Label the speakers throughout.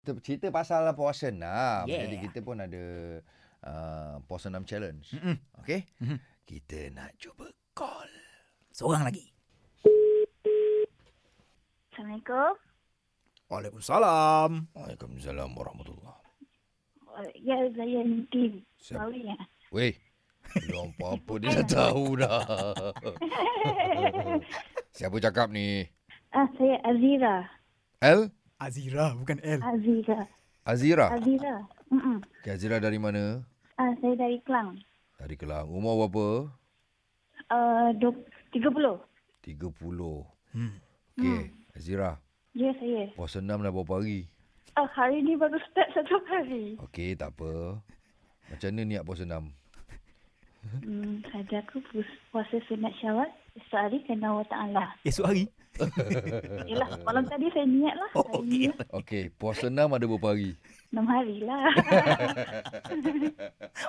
Speaker 1: Kita cerita pasal puasa enam.
Speaker 2: Yeah.
Speaker 1: Jadi kita pun ada uh, puasa enam challenge. Mm-mm. Okay? Mm-hmm. Kita nak cuba call.
Speaker 2: Seorang lagi.
Speaker 3: Assalamualaikum.
Speaker 2: Waalaikumsalam.
Speaker 1: Waalaikumsalam warahmatullahi
Speaker 3: Uh, Ya, saya Nitin.
Speaker 1: Siap.
Speaker 3: Bawi ya.
Speaker 1: Weh, belum apa-apa dia dah tahu dah. Siapa cakap ni?
Speaker 3: Ah, saya Azira.
Speaker 1: L?
Speaker 2: Azira bukan
Speaker 1: Ah.
Speaker 2: L.
Speaker 3: Azira.
Speaker 1: Azira.
Speaker 3: Azira. Mm-mm.
Speaker 1: Okay, Azira dari mana?
Speaker 3: Ah, saya dari Kelang.
Speaker 1: Dari Kelang. Umur berapa?
Speaker 3: Uh, du- 30.
Speaker 1: 30. Hmm. Okay, Azira.
Speaker 3: Ya, saya.
Speaker 1: Puasa enam dah berapa hari?
Speaker 3: Ah, hari ni baru start satu hari.
Speaker 1: Okey, tak apa. Macam mana niat puasa enam?
Speaker 3: Hmm, saja aku pus- puasa sunat syawal. Sehari kerana Allah Ta'ala.
Speaker 2: Esok hari.
Speaker 3: Yelah, malam tadi saya niat lah.
Speaker 2: Oh,
Speaker 3: Hari
Speaker 2: okey.
Speaker 3: ni
Speaker 1: Okey, puasa enam ada berapa hari?
Speaker 3: 6 hari lah.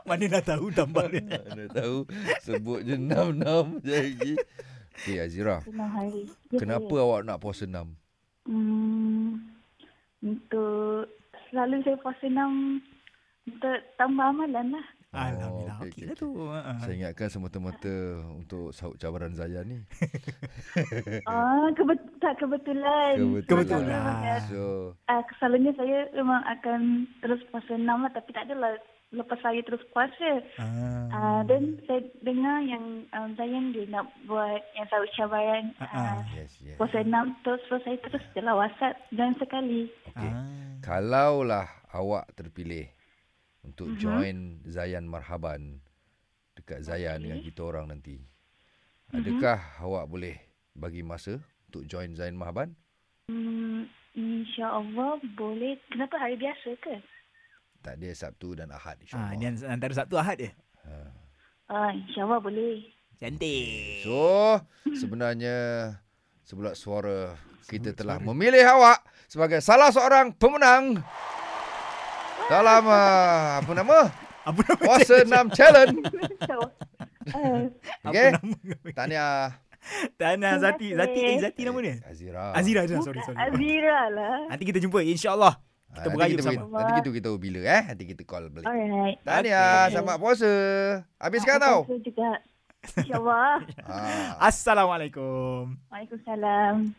Speaker 2: Mana dah tahu tambah dia.
Speaker 1: Mana tahu sebut je enam-enam je lagi. Okey, Azira.
Speaker 3: 6 hari. Ya,
Speaker 1: Kenapa
Speaker 3: Saya.
Speaker 1: awak nak puasa enam?
Speaker 3: Hmm, untuk selalu saya puasa 6 untuk tambah amalan lah.
Speaker 2: Alhamdulillah.
Speaker 1: Oh, okey, okey,
Speaker 2: Okey lah tu. Ha.
Speaker 1: Saya ingatkan semata-mata untuk sahut cabaran Zaya ni.
Speaker 3: Ah, kebet- tak kebetulan.
Speaker 2: Kebetulan.
Speaker 1: So,
Speaker 3: Ah, selalunya saya memang akan terus puasa enam lah. Tapi tak adalah lepas saya terus puasa.
Speaker 2: Ah.
Speaker 3: Ah, dan saya dengar yang um, Zayan dia nak buat yang sahur syabaran.
Speaker 2: Ah,
Speaker 3: Ah,
Speaker 1: yes, yes.
Speaker 3: puasa enam terus, terus saya terus je lah WhatsApp. Jangan sekali.
Speaker 1: Okey.
Speaker 2: Ah.
Speaker 1: Kalaulah awak terpilih untuk join Zayan Marhaban dekat Zayan dengan kita orang nanti. Adakah awak boleh bagi masa untuk join Zayan Marhaban?
Speaker 3: Hmm, InsyaAllah boleh. Kenapa hari biasa ke?
Speaker 1: Tak ada Sabtu dan Ahad
Speaker 2: Ah, ni
Speaker 1: insyaAllah.
Speaker 2: antara Sabtu Ahad je.
Speaker 3: Ah, InsyaAllah boleh.
Speaker 2: Cantik.
Speaker 1: So, sebenarnya sebulat suara kita telah memilih awak sebagai salah seorang pemenang dalam ah, apa nama?
Speaker 2: Apa nama?
Speaker 1: Puasa 6 Challenge.
Speaker 3: So, ah,
Speaker 1: Okey.
Speaker 2: Apa nama?
Speaker 1: Tahniah.
Speaker 2: Tana Zati.
Speaker 3: kasih.
Speaker 2: Zati eh, Zati nama dia?
Speaker 1: Azira.
Speaker 2: Azira Azira. Ya, Sorry, sorry.
Speaker 3: bukan Azira lah.
Speaker 2: Nanti kita jumpa insyaAllah.
Speaker 1: Ah,
Speaker 2: Kita
Speaker 1: nanti
Speaker 2: berayu
Speaker 1: bagi-
Speaker 2: bersama.
Speaker 1: Nanti kita beritahu bila eh. Nanti kita call balik.
Speaker 3: Alright.
Speaker 1: Tahniah,
Speaker 3: Okey.
Speaker 1: selamat puasa. Habiskan tau.
Speaker 3: Saya juga. InsyaAllah.
Speaker 1: Ah.
Speaker 2: Assalamualaikum.
Speaker 3: Waalaikumsalam.